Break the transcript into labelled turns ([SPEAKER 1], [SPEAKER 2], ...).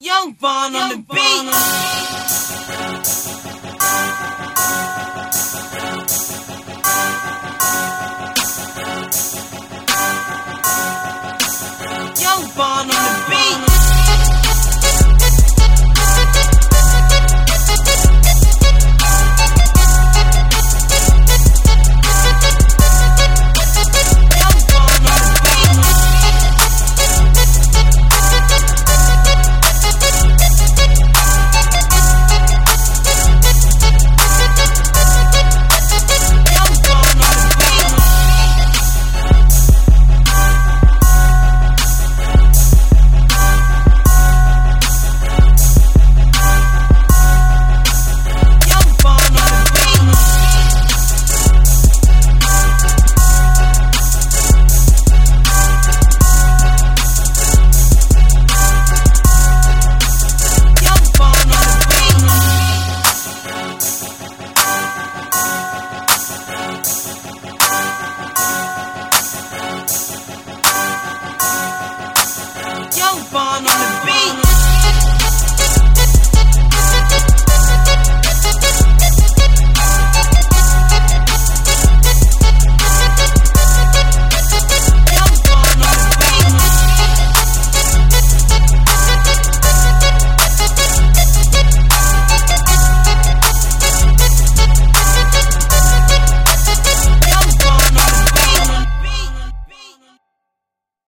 [SPEAKER 1] Young Vaughn on the beat.